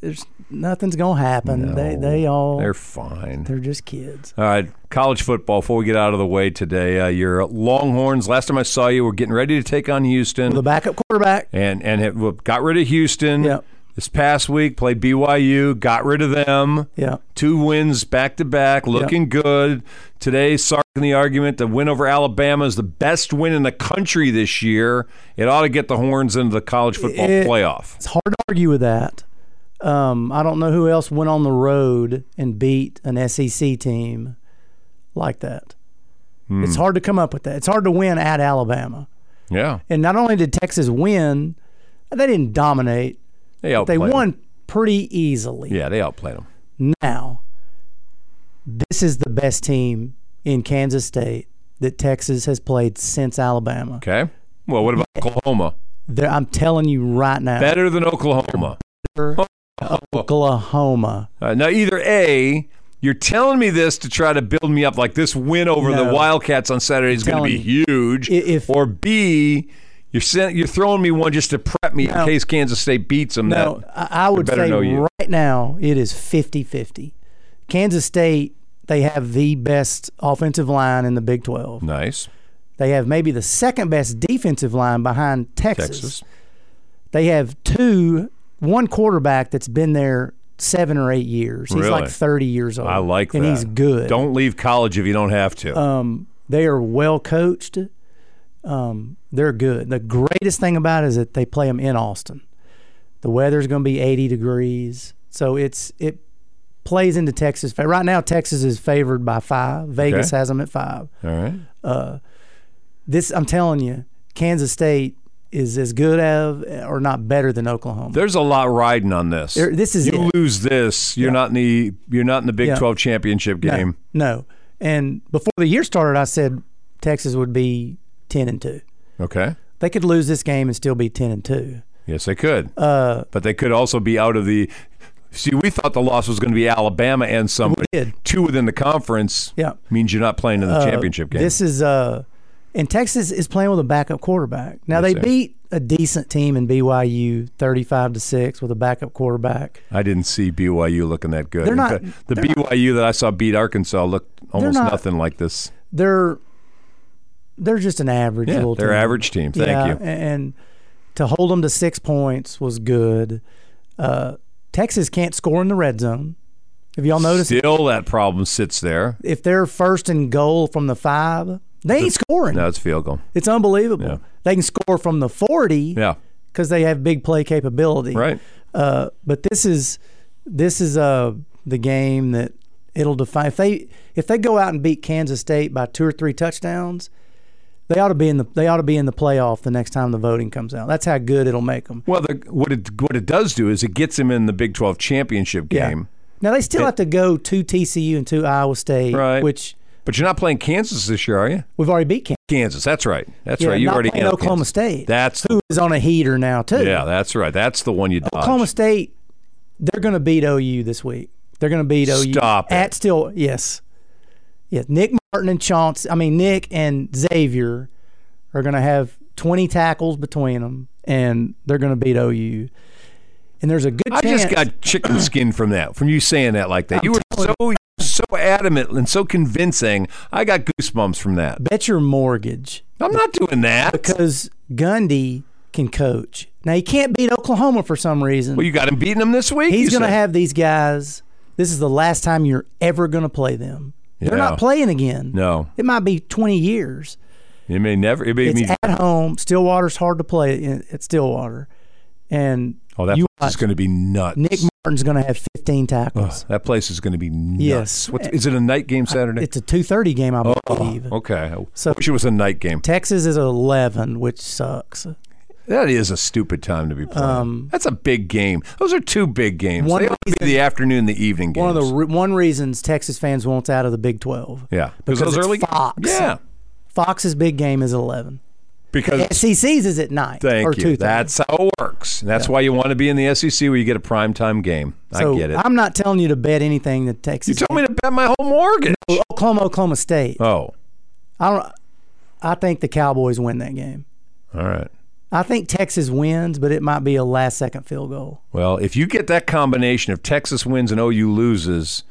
There's nothing's gonna happen. They
no,
they all
they're
they're,
fine.
just kids.
All right, college football. Before we get out of the way today, uh, your Longhorns. Last time I saw you, were getting ready to take on Houston,
The backup quarterback.
and and it, well, got rid of Houston.
Yep.
This past week, played BYU, got rid of them.
Yeah.
Two wins back to back, looking good. Today, Sark in the argument, the win over Alabama is the best win in the country this year. It ought to get the Horns into the college football
It-
playoff.
It's hard to argue with that. Um, I don't know who else went on the road and beat an SEC team like that.
Hmm.
It's hard to come up with that. It's hard to win at Alabama.
Yeah,
And not only did Texas win, they didn't dominate.
they outplayed.
They
'em.
won pretty easily.
Yeah, they outplayed them.
now this is the best team in Kansas State that Texas has played since Alabama.
Okay. Well, what about Oklahoma?
They're- I'm telling you right now,
Better than Oklahoma.
Oklahoma.
Uh, now, either A, you're telling me this to try to build me up, like this win over the
No.
Wildcats on Saturday is going to
telling
be huge,
I- if-
or B, you're sen- you're throwing me one just to prep me in
No.
case Kansas State beats them.
No,
that,
I, I would
better
say
know you.
right now it is 50-50. Kansas State, they have the best offensive line in the Big 12.
nice
They have maybe the second best defensive line behind
Texas.
they have two one quarterback that's been there seven or eight years. He's
Really?
like thirty years old.
I like that.
and he's good.
Don't leave college if you don't have to.
um, they are well coached. Um, they're good. The greatest thing about it is that they play them in Austin. The weather's going to be eighty degrees. It's So it's it plays into Texas. fa- Right now, Texas is favored by five. Vegas
Okay.
has them at five.
All right.
This I'm telling you, Kansas State is as good as or not better than Oklahoma.
There's a lot riding on this.
There- this is
you
it.
lose this, you're not in the you're not in the Big
Yeah.
12 championship game.
No, no. And before the year started, I said Texas would be ten and two.
Okay.
They could lose this game and still be ten and two.
Yes, they could. Uh, but they could also be out of the. See, we thought the loss was going to be Alabama and somebody.
did.
Two within the conference
Yeah. Uh,
means you're not playing in the championship game.
This is uh, and Texas is playing with a backup quarterback. Now
Yes,
they
sir.
beat a decent team in BYU, thirty-five to six, with a backup quarterback.
I didn't see BYU looking that good.
They're
In
not-
fact, the
they're not-
BYU that I saw beat Arkansas looked almost
not-
nothing like this.
They're they're just an average
Yeah,
little
they're
team.
average team. Thank
yeah,
you.
And to hold them to six points was good. Uh, Texas can't score in the red zone. Have y'all noticed?
Still, that problem sits there.
If they're first and goal from the five, they ain't scoring.
No, it's field goal.
It's unbelievable.
Yeah.
They can score from the 40
Yeah,
because they have big play capability.
right.
Uh, but this is this is uh, the game that it'll define. If they if they go out and beat Kansas State by two or three touchdowns, they ought to be in the they ought to be in the playoff the next time the voting comes out. That's how good it'll make them.
Well, the, what it what it does do is it gets him in the Big 12 championship game.
Now they still have to go to TCU and to Iowa State,
Right.
which
But you're not playing Kansas this year, are you?
we've already beat Kansas.
Kansas. That's right. That's
Yeah,
right. You
not
already
playing
handled
Oklahoma
Kansas.
State.
That's the
Who is on a heater now too?
Yeah, that's right. That's the one you dodged.
Oklahoma State, they're going to beat OU this week. They're going to beat OU
Stop it.
at still. Yes, yeah. Nick Martin and Chaunce. I mean Nick and Xavier are going to have twenty tackles between them, and they're going to beat OU. And there's a good
I
chance.
just got chicken skin from that, from you saying that like that. you were so so adamant and so convincing. I got goosebumps from that.
bet your mortgage
I'm not doing that.
because Gundy can coach. Now he can't beat Oklahoma for some reason.
well, you got him beating him this week.
He's
you
going to
said.
have these guys. This is the last time you're ever going to play them. They're
Yeah.
not playing again.
no.
It might be 20 years.
It may never. It may
It's
mean.
at home. Stillwater's hard to play in- at Stillwater. And
oh, that
you
place is going to be nuts.
Nick Martin's going to have 15 tackles.
that place is going to be nuts.
Yes.
What's, is it a night game Oh, Saturday? Oh,
It's a 2:30 game, I believe.
okay. I
So-
wish it was a night game.
Texas is 11, which sucks.
That is a stupid time to be playing. That's a big game. Those are two big games.
Um, One
they ought to be the afternoon, and the evening games.
One of the re- one reasons Texas fans want out of the Big 12.
yeah,
because
those
it's
early
Fox.
Yeah,
Fox's big game is 11.
because
SEC's is at night or
thank you.
2:30.
That's how it works. And that's why you want to be in the SEC where you get a primetime game.
So
I get it.
I'm not telling you to bet anything that
you
Texas.
told me to bet my whole mortgage.
Oklahoma, Oklahoma State.
Oh,
I don't. I think the Cowboys win that game.
all right.
I think Texas wins, but it might be a last second field goal.
Well, if you get that combination, if Texas wins and OU loses,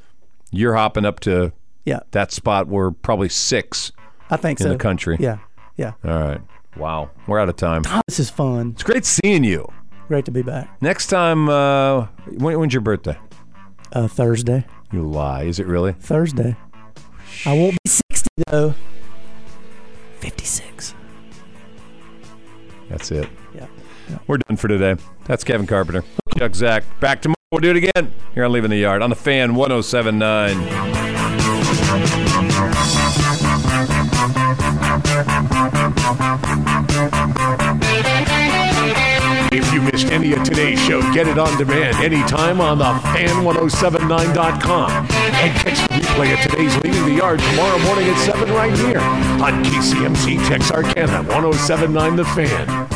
you're hopping up to
Yeah,
that spot where probably six.
I think so.
the country.
Yeah, yeah. Oh,
All right. Wow, we're out of time.
This is fun.
It's great seeing you.
Great to be back.
Next time, uh, when, when's your birthday?
Uh, Thursday.
You lie. Is it really?
Thursday. I won't be 60 though. 56.
That's it.
Yeah.
We're done for today. That's Kevin Carpenter. Chuck Zach. Back tomorrow. We'll do it again here on Leaving the Yard on the Fan 1079.
If you missed any of today's show, get it on demand anytime on the fan1079.com. And catch the replay of today's Leaving the Yard tomorrow morning at 7 right here on KCMC Texarkana 1079 The Fan.